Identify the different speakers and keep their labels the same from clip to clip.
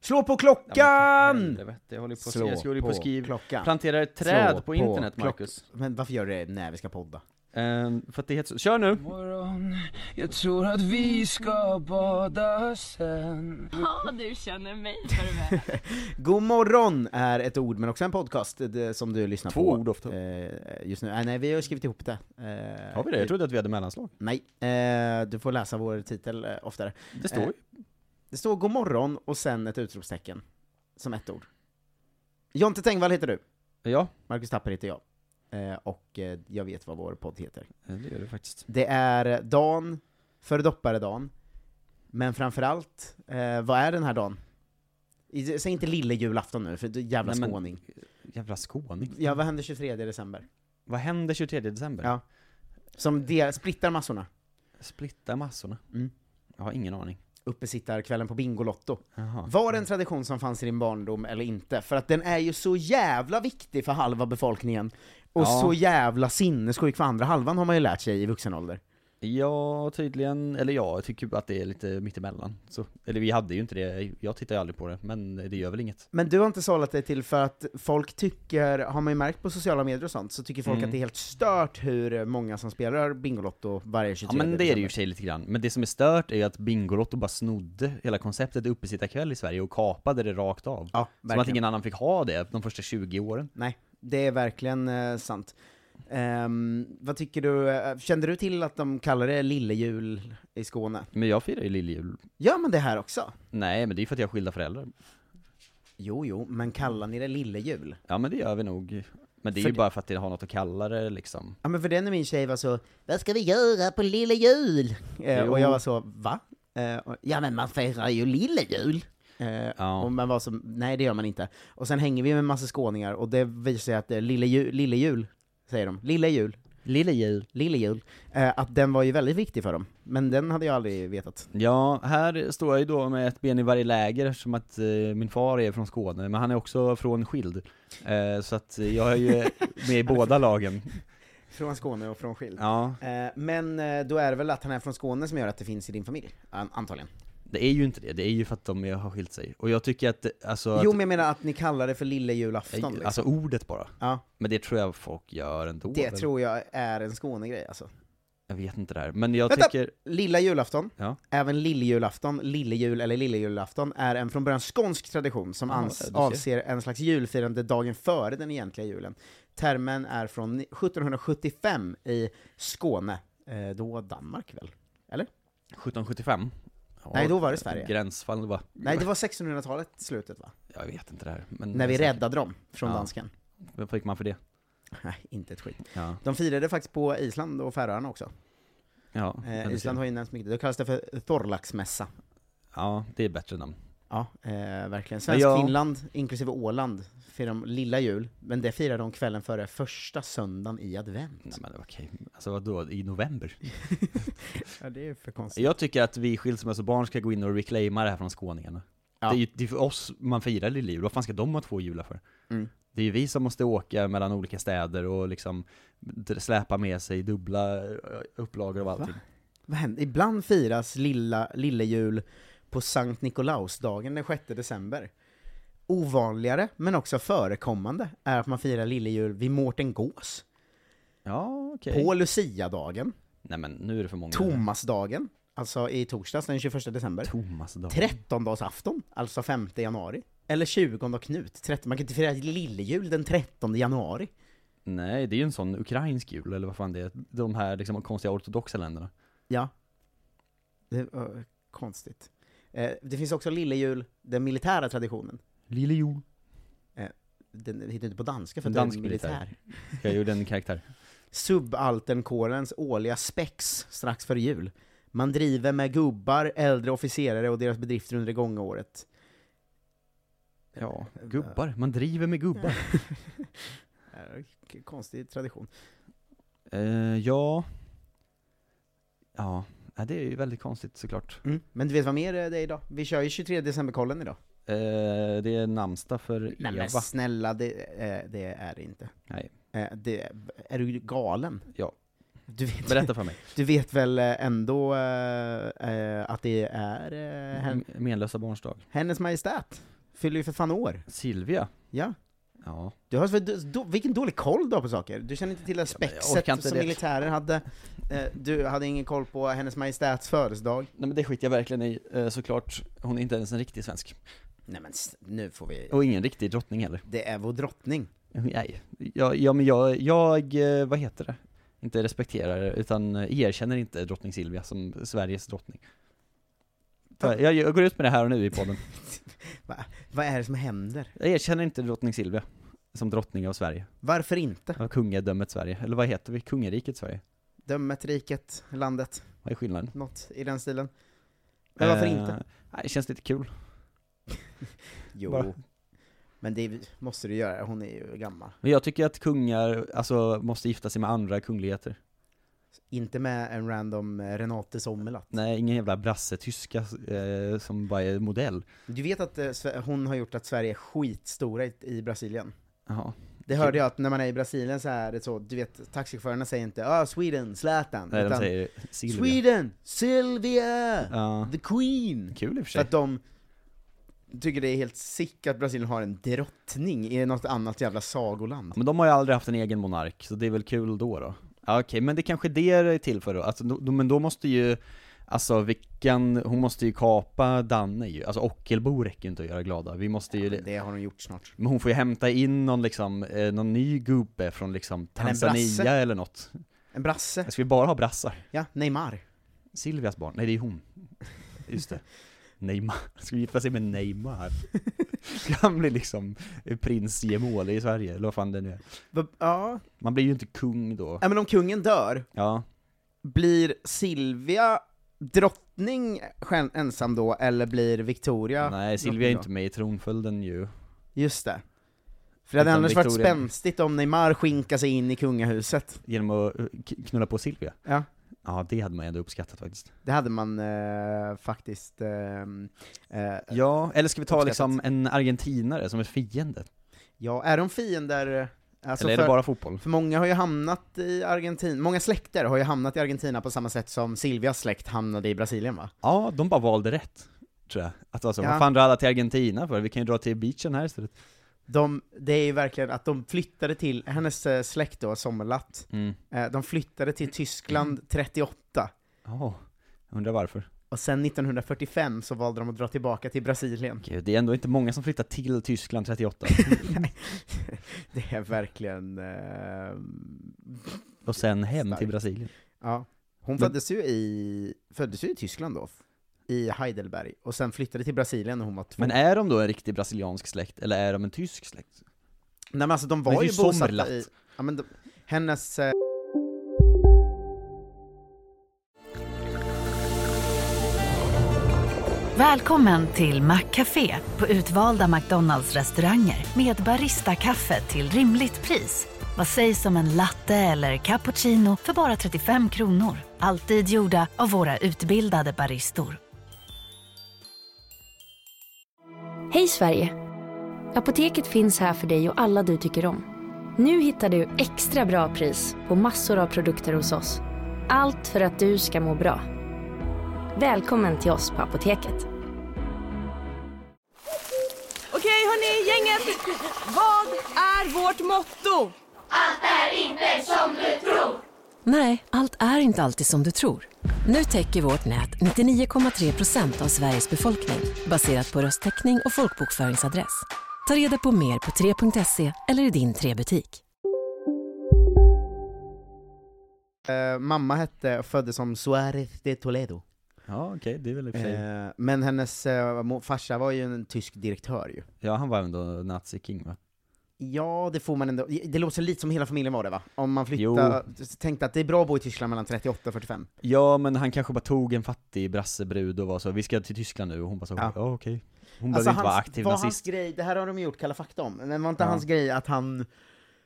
Speaker 1: Slå på
Speaker 2: Ja, men
Speaker 1: klockan!
Speaker 2: för helvete, Jag håller ju på att
Speaker 1: Slå
Speaker 2: skriva, jag håller ju på att
Speaker 1: på
Speaker 2: skriva,
Speaker 1: klockan.
Speaker 2: plantera ett träd
Speaker 1: Slå
Speaker 2: på internet
Speaker 1: klock-
Speaker 2: Marcus.
Speaker 1: Men varför gör du det när vi ska podda?
Speaker 2: Ehm, för att det heter så. Kör nu!
Speaker 3: Jag tror att vi ska bada sen
Speaker 4: Ja, du känner mig för väl.
Speaker 1: God morgon är ett ord, men också en podcast eh, det, som du lyssnar
Speaker 2: Två
Speaker 1: på.
Speaker 2: ord ofta.
Speaker 1: Eh, just nu. Eh, nej, vi har skrivit ihop det. Eh,
Speaker 2: Har vi det? Jag trodde att vi hade mellanslag.
Speaker 1: Nej, eh, du får läsa vår titel eh, oftare.
Speaker 2: Det står ju.
Speaker 1: Det står god morgon och sen ett utropstecken. Som ett ord. Jonte Tengvall heter du.
Speaker 2: Eh, Ja,
Speaker 1: Marcus Tapper heter jag. Eh, och eh, jag vet vad vår podd heter.
Speaker 2: Eh, det gör det faktiskt.
Speaker 1: Det är dan, föredopparedan, men framförallt, eh, vad är den här dagen? I- Säg inte lille julafton nu, för du jävla
Speaker 2: Nej, men-
Speaker 1: skåning.
Speaker 2: Jävla skåning.
Speaker 1: Ja, vad händer 23 december?
Speaker 2: Vad händer 23 december?
Speaker 1: Ja. Som de, splittar massorna.
Speaker 2: Splitta massorna.
Speaker 1: Mm.
Speaker 2: Jag har ingen aning.
Speaker 1: Uppesittarkvällen på Bingolotto.
Speaker 2: Jaha.
Speaker 1: Var det en tradition som fanns i din barndom eller inte? För att den är ju så jävla viktig för halva befolkningen, och
Speaker 2: Ja.
Speaker 1: så jävla sinnessjuk för andra halvan har man ju lärt sig i vuxen ålder.
Speaker 2: Ja, tydligen. Eller ja, jag tycker att det är lite mittemellan. Så, eller vi hade ju inte det, jag tittar ju aldrig på det, men det gör väl inget.
Speaker 1: Men du har inte sålat dig till för att folk tycker, har man ju märkt på sociala medier och sånt, så tycker folk
Speaker 2: Mm.
Speaker 1: att det är helt stört hur många som spelar Bingolotto varje 23
Speaker 2: Ja men det är det
Speaker 1: december.
Speaker 2: ju i och för sig lite grann. Men det som är stört är ju att Bingolotto bara snodde hela konceptet uppesittarkväll i Sverige och kapade det rakt av.
Speaker 1: Ja,
Speaker 2: Som att
Speaker 1: verkligen.
Speaker 2: ingen annan fick ha det de första 20 åren.
Speaker 1: Nej, det är verkligen eh, sant. Ehm, vad tycker du, eh, kände du till att de kallar det lillejul i Skåne?
Speaker 2: Men jag firar ju lilljul.
Speaker 1: Gör man det här också?
Speaker 2: Nej men det är ju för att jag har skilda föräldrar.
Speaker 1: Jo, jo, men kallar ni det lillejul?
Speaker 2: Ja men det gör vi nog. Men det är
Speaker 1: För
Speaker 2: ju
Speaker 1: det-
Speaker 2: bara för att det har något att kalla det liksom.
Speaker 1: Ja men för den när min tjej var så, vad ska vi göra på lillejul? Eh,
Speaker 2: Jo.
Speaker 1: och jag var så, va? Eh, och, ja men man firar ju lillejul! Eh,
Speaker 2: Ja.
Speaker 1: Och man var så, nej det gör man inte. Och sen hänger vi med en massa skåningar och det visar sig att eh, lille, ju, lille jul, säger de, lille jul,
Speaker 2: Lilljul.
Speaker 1: lille jul, eh, att den var ju väldigt viktig för dem. Men den hade jag aldrig vetat.
Speaker 2: Ja, här står jag ju då med ett ben i varje läger eftersom att eh, min far är från Skåne, men han är också från Skild. Eh, så att eh, jag är ju med i båda lagen.
Speaker 1: Från Skåne och från Skild.
Speaker 2: Ja,
Speaker 1: Eh, men eh, då är det väl att han är från Skåne som gör att det finns i din familj, an- antagligen.
Speaker 2: det är ju inte det, det är ju för att de har skilt sig. Och jag tycker att, eh, alltså...
Speaker 1: Jo
Speaker 2: att,
Speaker 1: men jag menar att ni kallar det för lille julafton liksom.
Speaker 2: Alltså ordet bara.
Speaker 1: Ja,
Speaker 2: Men det tror jag folk gör ändå.
Speaker 1: det
Speaker 2: eller?
Speaker 1: tror jag är en Skånegrej alltså.
Speaker 2: Jag vet inte det här, men jag
Speaker 1: Vänta!
Speaker 2: tycker...
Speaker 1: Lilla julafton,
Speaker 2: Ja.
Speaker 1: även lilljulafton, lillejul eller lillejulafton, är en från början skånsk tradition som
Speaker 2: Jaha,
Speaker 1: ans-
Speaker 2: du ser.
Speaker 1: avser en slags julfirande dagen före den egentliga julen. Termen är från 1775 i Skåne, eh, då Danmark väl?
Speaker 2: 1775? Ja,
Speaker 1: Nej, då var det Sverige.
Speaker 2: Gränsfall va?
Speaker 1: Nej, det var 1600-talet slutet va?
Speaker 2: Jag vet inte Mm, det här. Men
Speaker 1: När vi räddade dem från
Speaker 2: Ja.
Speaker 1: dansken.
Speaker 2: Vad fick man för det?
Speaker 1: Nej, inte ett skit.
Speaker 2: Ja.
Speaker 1: De firade faktiskt på Island och Färöarna också.
Speaker 2: ja men
Speaker 1: Eh,
Speaker 2: det-
Speaker 1: Island har ju nämnts mycket, det kallas det för Thorlaksmässa.
Speaker 2: Ja, det är bättre namn.
Speaker 1: Ja, eh, verkligen. Svensk
Speaker 2: Ja.
Speaker 1: Finland, inklusive Åland, firar de lilla jul, men det firar de kvällen före första söndagen i advent.
Speaker 2: Nej men okej, alltså vadå, i november?
Speaker 1: Ja, det är för konstigt.
Speaker 2: Jag tycker att vi skilsmässobarn ska gå in och reclaima det här från skåningarna.
Speaker 1: Ja.
Speaker 2: Det är ju det är för oss man firar lilla jul, vad fan ska de ha två jular för?
Speaker 1: Mm.
Speaker 2: Det är ju vi som måste åka mellan olika städer och liksom d- släpa med sig dubbla ö, upplagor av allting.
Speaker 1: Vad händer? Ibland firas lilla, lilla jul på Sankt Nikolausdagen den 6 december. Ovanligare, men också förekommande, är att man firar lilla jul vid Mårten Gås,
Speaker 2: Ja, okej.
Speaker 1: på Luciadagen,
Speaker 2: Nej men nu är det för många.
Speaker 1: Tomasdagen, alltså i torsdags den 21 december,
Speaker 2: Thomas dag.
Speaker 1: trettondagsafton, alltså 5 januari, eller 20 och Knut, 13. Man kan inte fira lillejul den 13 januari.
Speaker 2: Nej, det är ju en sån ukrainsk jul, eller vad fan det är. De här liksom konstiga ortodoxa länderna.
Speaker 1: Ja. Det var konstigt. Eh, det finns också lillejul, den militära traditionen.
Speaker 2: Lille jul.
Speaker 1: Den hittar inte på danska för att
Speaker 2: Dansk
Speaker 1: den är militär.
Speaker 2: militär. Jag gjorde en karaktär.
Speaker 1: Subalternkårens årliga spex strax före jul. Man driver med gubbar, äldre officerare och deras bedrifter under det gångna året.
Speaker 2: Ja, gubbar. Man driver med gubbar.
Speaker 1: Eh, k- Konstig tradition.
Speaker 2: Eh, ja. Ja, Ja, det är ju väldigt konstigt såklart.
Speaker 1: Mm. Men du vet vad mer det är idag? Vi kör ju 23 december-kollen idag.
Speaker 2: Eh, det är namnsdag för
Speaker 1: Nej
Speaker 2: Eva.
Speaker 1: men snälla, det, eh, det är det inte.
Speaker 2: Nej.
Speaker 1: Eh, det, är du galen?
Speaker 2: Ja.
Speaker 1: Du vet,
Speaker 2: Berätta för mig.
Speaker 1: du vet väl eh, ändå eh, eh, att det är eh, hen,
Speaker 2: M- Menlösa barns dag.
Speaker 1: Hennes Majestät? Fyller ju för fan år.
Speaker 2: Silvia.
Speaker 1: Ja.
Speaker 2: Ja.
Speaker 1: Du har, för, du, då, vilken dålig koll du har på saker! Du känner inte till det här
Speaker 2: men jag
Speaker 1: spexet
Speaker 2: orkar inte
Speaker 1: som
Speaker 2: det.
Speaker 1: militärer hade. Eh, du hade ingen koll på Hennes Majestäts födelsedag.
Speaker 2: Nej men det skiter jag verkligen i, eh, såklart. Hon är inte ens en riktig svensk.
Speaker 1: Nej men s- nu får vi...
Speaker 2: Och ingen riktig drottning heller.
Speaker 1: Det är vår drottning.
Speaker 2: Nej. Ja, ja men jag, jag, eh, vad heter det? Inte respekterar, utan eh, erkänner inte drottning Silvia som Sveriges drottning. Jag, jag- jag går ut med det här och nu i podden.
Speaker 1: Vad är det som händer?
Speaker 2: Jag erkänner inte drottning Silvia som drottning av Sverige.
Speaker 1: Varför inte?
Speaker 2: Av kungadömet Sverige. Eller vad heter vi? Kungariket Sverige.
Speaker 1: Dömet, riket, landet,
Speaker 2: Vad är skillnaden?
Speaker 1: något i den stilen. Men varför
Speaker 2: Eh,
Speaker 1: inte?
Speaker 2: nej, det känns lite kul.
Speaker 1: Jo.
Speaker 2: bara-
Speaker 1: Men det måste du göra, hon är ju gammal.
Speaker 2: Men jag tycker att kungar, alltså, måste gifta sig med andra kungligheter.
Speaker 1: Inte med en random eh, Renate Sommerlath.
Speaker 2: Nej, ingen jävla brassetyska eh, som bara är modell.
Speaker 1: Du vet att eh, Sve- hon har gjort att Sverige är skitstora i, i Brasilien?
Speaker 2: Jaha.
Speaker 1: Det hörde jag att när man är i Brasilien så är det så, du vet taxichaufförerna säger inte ah, Sweden, Zlatan,
Speaker 2: Nej, de
Speaker 1: utan
Speaker 2: säger Silvia.
Speaker 1: Sweden, Silvia,
Speaker 2: Ja,
Speaker 1: the Queen!
Speaker 2: kul i och för
Speaker 1: För
Speaker 2: sig.
Speaker 1: att de tycker det är helt sick att Brasilien har en drottning i något annat jävla sagoland.
Speaker 2: Ja, Men de har ju aldrig haft en egen monark, så det är väl kul då då. Ja, Okej, men det kanske är det det är till för då. Alltså, då, då- men då måste ju, alltså vilken, hon måste ju kapa Danne ju. Alltså Ockelbo räcker ju inte att göra glada. Vi måste ju,
Speaker 1: Det har de gjort snart.
Speaker 2: men hon får ju hämta in någon liksom, eh, någon ny gubbe från liksom
Speaker 1: Eller en brasse.
Speaker 2: Tanzania eller något.
Speaker 1: En brasse,
Speaker 2: Jag ska vi bara ha brassar?
Speaker 1: ja, Neymar.
Speaker 2: Silvias barn? Nej, det är hon. Just det. Neymar. Ska vi gifta sig med Neymar? Ska han bli liksom prins Gemole i Sverige, eller vad fan det nu är.
Speaker 1: Va- Ja,
Speaker 2: Man blir ju inte kung då.
Speaker 1: ja, men om kungen dör,
Speaker 2: Ja.
Speaker 1: blir Silvia drottning själv, ensam då, eller blir Victoria
Speaker 2: Nej, Silvia är inte med i tronföljden ju.
Speaker 1: Just det. För det hade
Speaker 2: Utan
Speaker 1: annars varit
Speaker 2: Victoria.
Speaker 1: spänstigt om Neymar skinkade sig in i kungahuset.
Speaker 2: Genom att eh, k- knulla på Silvia.
Speaker 1: Ja.
Speaker 2: Ja, det hade man ändå uppskattat faktiskt.
Speaker 1: Det hade man eh, faktiskt... ehm, eh, ja.
Speaker 2: Ja, eller ska vi ta
Speaker 1: Uppskattat.
Speaker 2: liksom en argentinare som är fiende?
Speaker 1: är de fiender? eh, Alltså
Speaker 2: eller är
Speaker 1: för,
Speaker 2: det bara fotboll?
Speaker 1: för många har ju hamnat i Argentina, många släkter har ju hamnat i Argentina på samma sätt som Silvias släkt hamnade i Brasilien va?
Speaker 2: Ja, de bara valde rätt. Tror jag. Att alltså,
Speaker 1: Ja.
Speaker 2: vad fan drar alla till Argentina för? Vi kan ju dra till beachen här istället.
Speaker 1: De, det är ju verkligen att de flyttade till, hennes eh, släkt då, Sommerlath,
Speaker 2: Mm.
Speaker 1: eh, de flyttade till Tyskland 38,
Speaker 2: Ja, undrar varför.
Speaker 1: och sen 1945 så valde de att dra tillbaka till Brasilien.
Speaker 2: Gud, det är ändå inte många som flyttar till Tyskland 38. Mm.
Speaker 1: Det är verkligen... Eh,
Speaker 2: Och sen hem till
Speaker 1: Starkt.
Speaker 2: Brasilien.
Speaker 1: ja. Hon
Speaker 2: Men-
Speaker 1: föddes ju, i, föddes ju i Tyskland då, i Heidelberg, och sen flyttade till Brasilien när hon var två.
Speaker 2: Men är de då en riktig brasiliansk släkt, eller är de en tysk släkt?
Speaker 1: Nej men alltså de
Speaker 2: Men
Speaker 1: var
Speaker 2: det
Speaker 1: ju
Speaker 2: är ju
Speaker 1: bosatta
Speaker 2: Sommerlath.
Speaker 1: i... Ja, men de, hennes... Eh,
Speaker 5: Välkommen till Maccafé på utvalda McDonalds restauranger med Baristakaffe till rimligt pris. Vad sägs om en latte eller cappuccino för bara 35 kronor? Alltid gjorda av våra utbildade baristor.
Speaker 6: Hej Sverige! Apoteket finns här för dig och alla du tycker om. Nu hittar du extra bra pris på massor av produkter hos oss. Allt för att du ska må bra. Välkommen till oss på Apoteket.
Speaker 7: Okej hörni, gänget! Vad är vårt motto?
Speaker 8: Nej, allt är inte alltid som du tror. Nu täcker vårt nät 99,3 procent av Sveriges befolkning baserat på röstteckning och folkbokföringsadress. Ta reda på mer på 3.se eller i din 3-butik.
Speaker 1: Eh, mamma hette, föddes som Suárez de Toledo.
Speaker 2: Ja, okej, det är väl i och för sig.
Speaker 1: Eh, men hennes eh, mo- farsa var ju en tysk direktör ju.
Speaker 2: Ja, han var ändå naziking va?
Speaker 1: Ja, det får man ändå. Det låter lite som hela familjen var det va? Om man flyttar, tänkte att det är bra att bo i Tyskland mellan 38 och 45.
Speaker 2: Ja, men han kanske bara tog en fattig brassebrud och var så, vi ska till Tyskland nu, och hon bara så, ja, okej. Hon behövde inte
Speaker 1: Alltså,
Speaker 2: vara
Speaker 1: hans-
Speaker 2: aktiv
Speaker 1: var
Speaker 2: nazist.
Speaker 1: hans grej, det här har de gjort Kalla fakta om, men var inte
Speaker 2: Ja.
Speaker 1: hans grej att han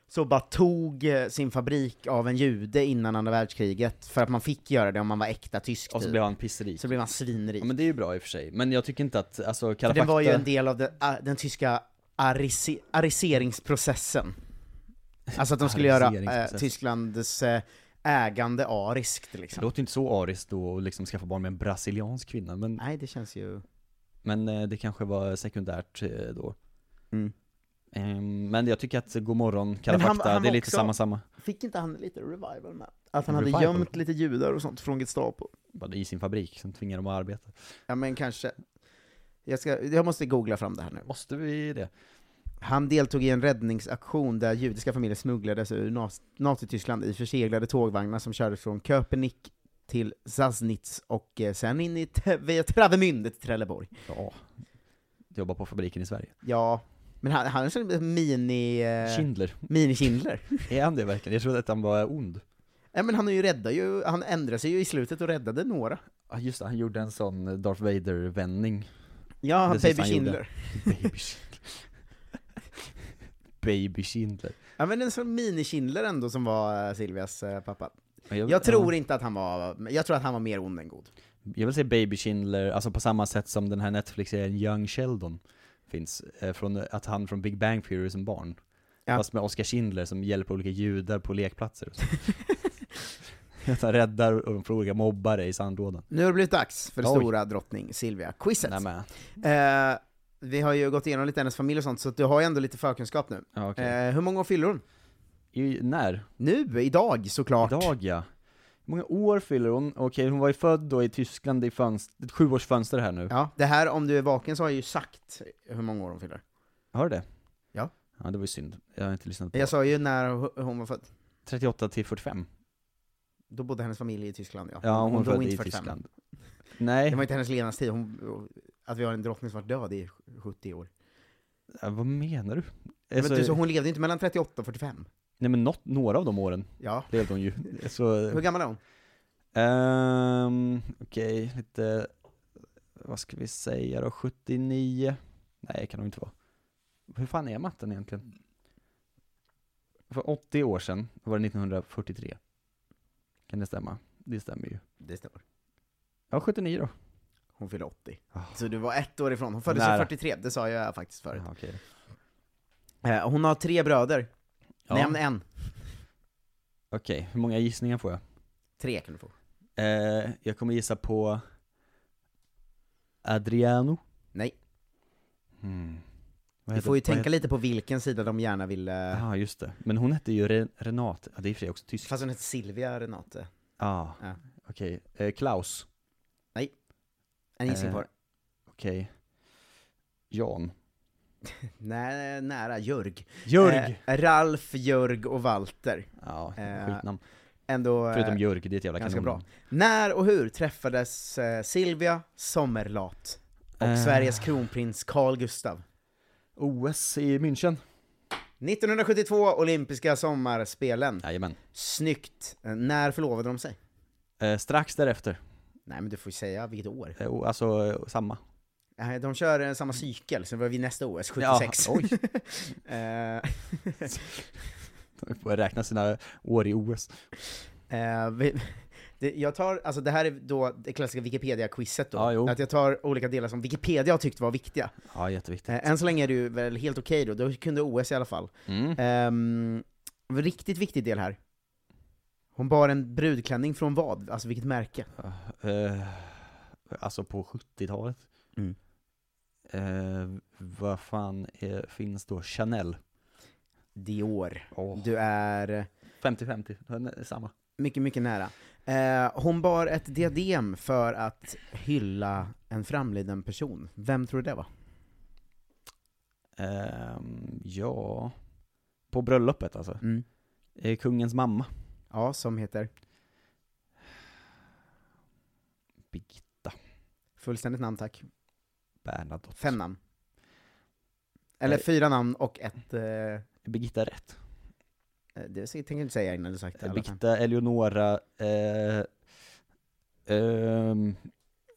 Speaker 1: så bara tog eh, sin fabrik av en jude innan andra världskriget, för att man fick göra det om man var äkta tysk
Speaker 2: Och så
Speaker 1: typ.
Speaker 2: blev han pissrik.
Speaker 1: Så blev han svinrik.
Speaker 2: Ja, men det är ju bra i och för sig. Men jag tycker inte att, alltså
Speaker 1: För
Speaker 2: Kalla
Speaker 1: det
Speaker 2: fakta...
Speaker 1: var ju en del av den, a- den tyska arisi, ariseringsprocessen. Alltså att de skulle göra eh,
Speaker 2: Ariseringsprocessen.
Speaker 1: Tysklands eh, ägande ariskt
Speaker 2: Det
Speaker 1: liksom.
Speaker 2: låter ju inte så ariskt då att liksom skaffa barn med en brasiliansk kvinna, men,
Speaker 1: Nej, det känns ju...
Speaker 2: men eh, det kanske var sekundärt eh, då.
Speaker 1: Mm.
Speaker 2: Ehm, Men jag tycker att God morgon, Kalla
Speaker 1: Men han-
Speaker 2: fakta,
Speaker 1: han
Speaker 2: det är
Speaker 1: var
Speaker 2: lite
Speaker 1: också-
Speaker 2: samma samma.
Speaker 1: Fick inte han lite revival med? Att han hade
Speaker 2: Revival?
Speaker 1: gömt lite judar och sånt från Gestapo.
Speaker 2: Bara I sin fabrik, som tvingar dem att arbeta.
Speaker 1: Ja men kanske. Jag, ska, jag måste googla fram det här nu.
Speaker 2: Måste vi det?
Speaker 1: Han deltog i en räddningsaktion där judiska familjer smugglades ur Naz- Nazityskland i förseglade tågvagnar som kördes från Köpenick till Sassnitz och eh, sen in i Te- via Travemünde till Trelleborg.
Speaker 2: Ja. Jobba på fabriken i Sverige.
Speaker 1: Ja, men han, han är som en mini... eh,
Speaker 2: Schindler,
Speaker 1: Mini-Kindler.
Speaker 2: är han det verkligen? Jag trodde att han var ond.
Speaker 1: ja, men han är ju räddar ju, han ändrade sig ju i slutet och räddade några.
Speaker 2: Ja just det, han gjorde en sån eh, Darth Vader-vändning.
Speaker 1: Ja, han,
Speaker 2: Det sista
Speaker 1: Baby
Speaker 2: han gjorde.
Speaker 1: Kindler.
Speaker 2: Baby Schindler. Baby Schindler.
Speaker 1: Ja men en sån mini-Kindler ändå som var eh, Silvias eh, pappa.
Speaker 2: Men
Speaker 1: Jag tror inte att han var, jag tror att han var mer ond än god.
Speaker 2: Jag vill säga Baby Schindler, alltså på samma sätt som den här Netflix-serien Young Sheldon finns. eh, Från eh, att han från Big Bang Theory som barn.
Speaker 1: Ja.
Speaker 2: Fast med Oskar Schindler som hjälper olika judar på lekplatser och så. Att han räddar och de får olika mobbare i sandlådan.
Speaker 1: Nu har det blivit dags för det
Speaker 2: Oj.
Speaker 1: stora drottning Silvia-quizet.
Speaker 2: Nej men,
Speaker 1: Eh, vi har ju gått igenom lite hennes familj och sånt, så att du har ju ändå lite förkunskap nu.
Speaker 2: ja, okej.
Speaker 1: Eh, hur många år fyller hon?
Speaker 2: Eh, I- När?
Speaker 1: Nu, idag såklart.
Speaker 2: Idag ja. Hur många år fyller hon? Okej, hon var ju född då i Tyskland, det är fönst- ett sjuårsfönster här nu.
Speaker 1: Ja, det här om du är vaken så har jag ju sagt hur många år hon fyller.
Speaker 2: Har du det?
Speaker 1: Ja.
Speaker 2: Ja, det var ju synd. Jag har inte lyssnat på
Speaker 1: Jag sa ju när ho- hon var född.
Speaker 2: 38 till 45.
Speaker 1: Då bodde hennes familj i Tyskland ja.
Speaker 2: Ja, hon, var
Speaker 1: dog
Speaker 2: född i
Speaker 1: 45.
Speaker 2: Tyskland. Eh.
Speaker 1: Det
Speaker 2: Nej,
Speaker 1: var inte hennes levnadstid, hon, att vi har en drottning som varit död i 70 år.
Speaker 2: ja, vad menar du?
Speaker 1: Men
Speaker 2: Alltså,
Speaker 1: du, så hon levde ju inte mellan 38 och 45.
Speaker 2: Nej men något, några av de åren
Speaker 1: Ja.
Speaker 2: levde hon ju. Så,
Speaker 1: Hur gammal är hon?
Speaker 2: ehm, okej, lite, vad ska vi säga då, 79? Nej, kan hon inte vara. Hur fan är matten egentligen? För 80 år sedan var det 1943. Kan det stämma? Det stämmer ju.
Speaker 1: Det står.
Speaker 2: Ja, 79 då.
Speaker 1: Hon fyller 80.
Speaker 2: Ah.
Speaker 1: Så du var ett år ifrån. Hon föddes ju
Speaker 2: Nära.
Speaker 1: 43, det sa jag faktiskt förut.
Speaker 2: Ja, okej.
Speaker 1: Eh, hon har tre bröder.
Speaker 2: Ja,
Speaker 1: Nämn en.
Speaker 2: Okej, hur många gissningar får jag?
Speaker 1: Tre kan du få.
Speaker 2: Eh, jag kommer gissa på Adriano.
Speaker 1: Nej.
Speaker 2: Hmm. Vad
Speaker 1: Du
Speaker 2: heter-
Speaker 1: får ju
Speaker 2: vad
Speaker 1: tänka
Speaker 2: heter-
Speaker 1: lite på vilken sida de gärna vill... eh,
Speaker 2: Ja, just det. Men hon hette ju Re- Renate. Ja, det är i och för sig också tysk.
Speaker 1: Fast hon heter Silvia Renate.
Speaker 2: Ja,
Speaker 1: Ja.
Speaker 2: okej. Eh, Klaus.
Speaker 1: En gissning
Speaker 2: Eh.
Speaker 1: på
Speaker 2: Okej. Jan.
Speaker 1: Nä, Nära, Jörg.
Speaker 2: Jörg!
Speaker 1: Eh, Ralf, Jörg och Walter.
Speaker 2: ja,
Speaker 1: eh,
Speaker 2: skitnamn.
Speaker 1: Ändå... eh,
Speaker 2: Förutom Jörg, det är ett jävla
Speaker 1: ganska
Speaker 2: kanon.
Speaker 1: bra. När och hur träffades eh, Silvia Sommerlath och
Speaker 2: Eh.
Speaker 1: Sveriges kronprins Carl Gustav?
Speaker 2: OS i München.
Speaker 1: 1972, olympiska sommarspelen.
Speaker 2: Jajamän.
Speaker 1: Snyggt. Eh, när förlovade de sig?
Speaker 2: Eh, strax därefter.
Speaker 1: Nej men du får ju säga vilket år.
Speaker 2: Eh, o- alltså, eh, samma.
Speaker 1: Eh, de kör eh, samma cykel, sen var vi nästa OS, 76.
Speaker 2: Ja, oj,
Speaker 1: Eh,
Speaker 2: de får räkna sina år i OS.
Speaker 1: Eh, vi, det, jag tar, alltså det här är då det klassiska Wikipedia-quizet då.
Speaker 2: Ja, jo.
Speaker 1: att jag tar olika delar som Wikipedia har tyckt var viktiga.
Speaker 2: Ja, jätteviktigt.
Speaker 1: Eh, än så länge är det ju väl helt okej då, då kunde OS i alla fall.
Speaker 2: Mm.
Speaker 1: Ehm, en riktigt viktig del här. Hon bar en brudklänning från vad? Alltså vilket märke?
Speaker 2: Eh, alltså på 70-talet.
Speaker 1: Mm.
Speaker 2: Eh, vad fan är, finns då? Chanel?
Speaker 1: Dior.
Speaker 2: Åh.
Speaker 1: Du är
Speaker 2: 50-50, samma.
Speaker 1: mycket, mycket nära. Eh, hon bar ett diadem för att hylla en framliden person. Vem tror du det var?
Speaker 2: Ehm, ja... På bröllopet alltså.
Speaker 1: Mm.
Speaker 2: Eh, kungens mamma.
Speaker 1: Ja, som heter?
Speaker 2: Birgitta
Speaker 1: Fullständigt namn tack.
Speaker 2: Bernadotte.
Speaker 1: Fem namn. Eller
Speaker 2: Nej.
Speaker 1: fyra namn och ett... Eh,
Speaker 2: Är Birgitta rätt?
Speaker 1: det tänker jag inte säga innan du sagt det. i alla fall.
Speaker 2: Birgitta Eleonora eh, ehm,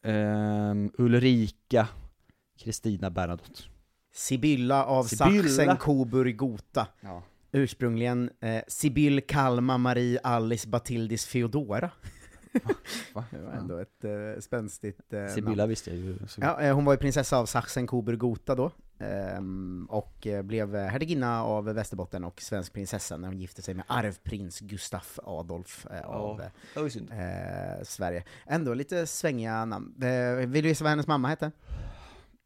Speaker 2: ehm, Ulrika Kristina Bernadotte.
Speaker 1: Sibylla av
Speaker 2: Sibylla.
Speaker 1: Sachsen Coburg Gotha.
Speaker 2: Ja.
Speaker 1: Ursprungligen eh, Sibyll Kalma Marie Alice Batildis Feodora. Det var ändå ett eh, spänstigt eh, namn.
Speaker 2: Sibylla visste jag ju. Så.
Speaker 1: Ja, eh, hon var ju prinsessa av Sachsen Coburg Gotha då. ehm, Och eh, blev hertiginna av Västerbotten och svensk prinsessa när hon gifte sig med arvprins Gustaf Adolf eh, av
Speaker 2: Ja, det var ju synd.
Speaker 1: eh, Sverige. Ändå lite svängiga namn. Eh, Vill du gissa vad hennes mamma hette?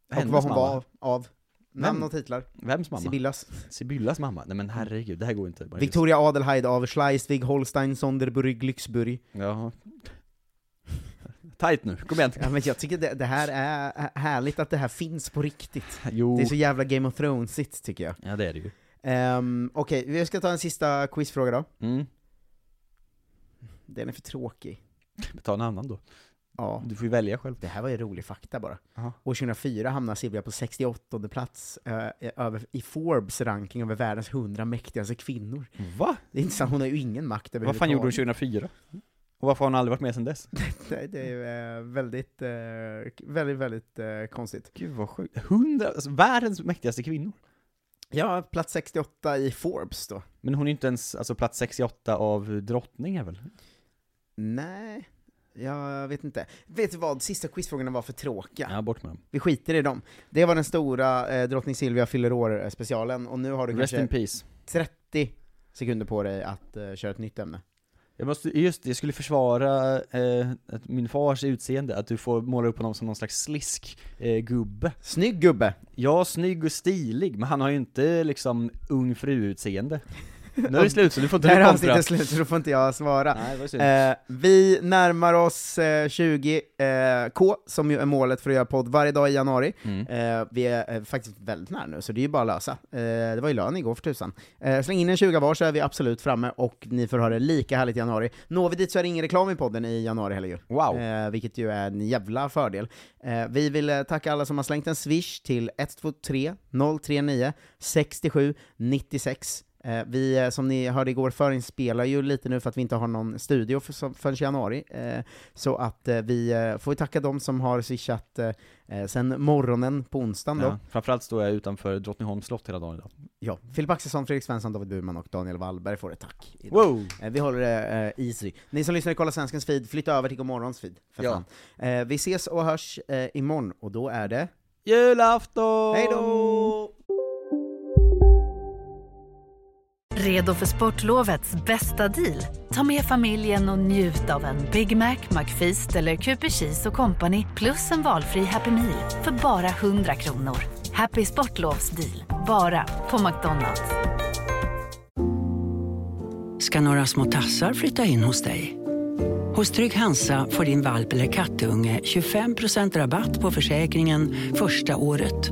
Speaker 1: och
Speaker 2: Hennes
Speaker 1: vad hon
Speaker 2: mamma.
Speaker 1: var av- av? Namn
Speaker 2: Vem?
Speaker 1: och titlar.
Speaker 2: Vems mamma?
Speaker 1: Sibyllas.
Speaker 2: Sibyllas mamma? Nej men herregud, det här går inte. Marius.
Speaker 1: Victoria Adelheid av Schleswig Holstein Sonderburg Glücksburg.
Speaker 2: Jaha. Tajt nu, kom igen.
Speaker 1: Ja, men jag tycker det, det här är härligt att det här finns på riktigt.
Speaker 2: Jo.
Speaker 1: Det är så jävla Game of Thrones-igt tycker jag.
Speaker 2: Ja det är det ju.
Speaker 1: Um, Okej, vi ska ta en sista quizfråga då.
Speaker 2: Mm.
Speaker 1: Den är för tråkig.
Speaker 2: Men Ta en annan då.
Speaker 1: Ja.
Speaker 2: Du får ju välja själv.
Speaker 1: Det här var ju rolig fakta bara.
Speaker 2: Jaha.
Speaker 1: År 2004 hamnade Silvia på 68 plats eh, över, i Forbes ranking över världens 100 mäktigaste kvinnor.
Speaker 2: Va?
Speaker 1: Det är intressant, hon har ju ingen makt
Speaker 2: Vad fan gjorde hon
Speaker 1: överhuvudtaget.
Speaker 2: 2004? Och varför har hon aldrig varit med sedan dess?
Speaker 1: Det, det är ju eh, väldigt, eh, väldigt, väldigt eh, konstigt.
Speaker 2: Gud vad sjukt. 100, alltså världens mäktigaste kvinnor.
Speaker 1: Ja, plats 68 i Forbes då.
Speaker 2: Men hon är ju inte ens alltså, plats 68 av drottningar väl?
Speaker 1: Nej, jag vet inte. Vet du vad, sista quizfrågorna var för tråkiga.
Speaker 2: Ja, bort med dem.
Speaker 1: Vi skiter i dem. Det var den stora eh, drottning Silvia fyller år-specialen, och nu har du
Speaker 2: Rest in
Speaker 1: kanske
Speaker 2: peace.
Speaker 1: 30 sekunder på dig att eh, köra ett nytt ämne.
Speaker 2: Jag måste, just det, jag skulle försvara eh, att min fars utseende, att du får måla upp honom som någon slags slisk eh, gubbe.
Speaker 1: Snygg gubbe!
Speaker 2: Ja, snygg och stilig, men han har ju inte liksom ung fru-utseende. Nu är det slut, så du får inte
Speaker 1: Det här
Speaker 2: du
Speaker 1: är
Speaker 2: kontra.
Speaker 1: avsnittet slut, så då får inte jag svara.
Speaker 2: Nej, det var synd.
Speaker 1: Eh, vi närmar oss eh, 20K, som ju är målet för att göra podd varje dag i januari.
Speaker 2: Mm.
Speaker 1: Eh, vi är eh, faktiskt väldigt nära nu, så det är ju bara att lösa. Eh, det var ju lön igår för tusan. Eh, släng in en 20 var så är vi absolut framme, och ni får ha det lika härligt i januari. Når vi dit så är det ingen reklam i podden i januari heller ju.
Speaker 2: Wow.
Speaker 1: Eh, vilket ju är en jävla fördel. Eh, vi vill eh, tacka alla som har slängt en swish till 123 039 67 96. Eh, vi, eh, som ni hörde igår, förinspelar ju lite nu för att vi inte har någon studio för, som, förrän i januari. Eh, så att eh, vi eh, får tacka de som har swishat eh, eh, sen morgonen på onsdagen då.
Speaker 2: Ja, framförallt står jag utanför Drottningholms slott hela dagen idag.
Speaker 1: Ja, Filip Axelsson, Fredrik Svensson, David Burman och Daniel Wallberg får ett tack. idag.
Speaker 2: Wow!
Speaker 1: Eh, Vi håller det eh, easy. Ni som lyssnar i Kolla Svenskens feed, flytta över till Gomorrons feed. För
Speaker 2: Ja.
Speaker 1: fan. Eh, vi ses och hörs eh, imorgon, och då är det...
Speaker 2: Julafton!
Speaker 1: Hej då!
Speaker 5: Redo för sportlovets bästa deal? Ta med familjen och njut av en Big Mac, McFeast eller Cooper Cheese och Company plus en valfri Happy Meal för bara 100 kronor. Happy Sportlovs deal, bara på McDonalds.
Speaker 9: ska några små tassar flytta in hos dig. Hos Trygg Hansa får din valp eller kattunge 25% rabatt på försäkringen första året.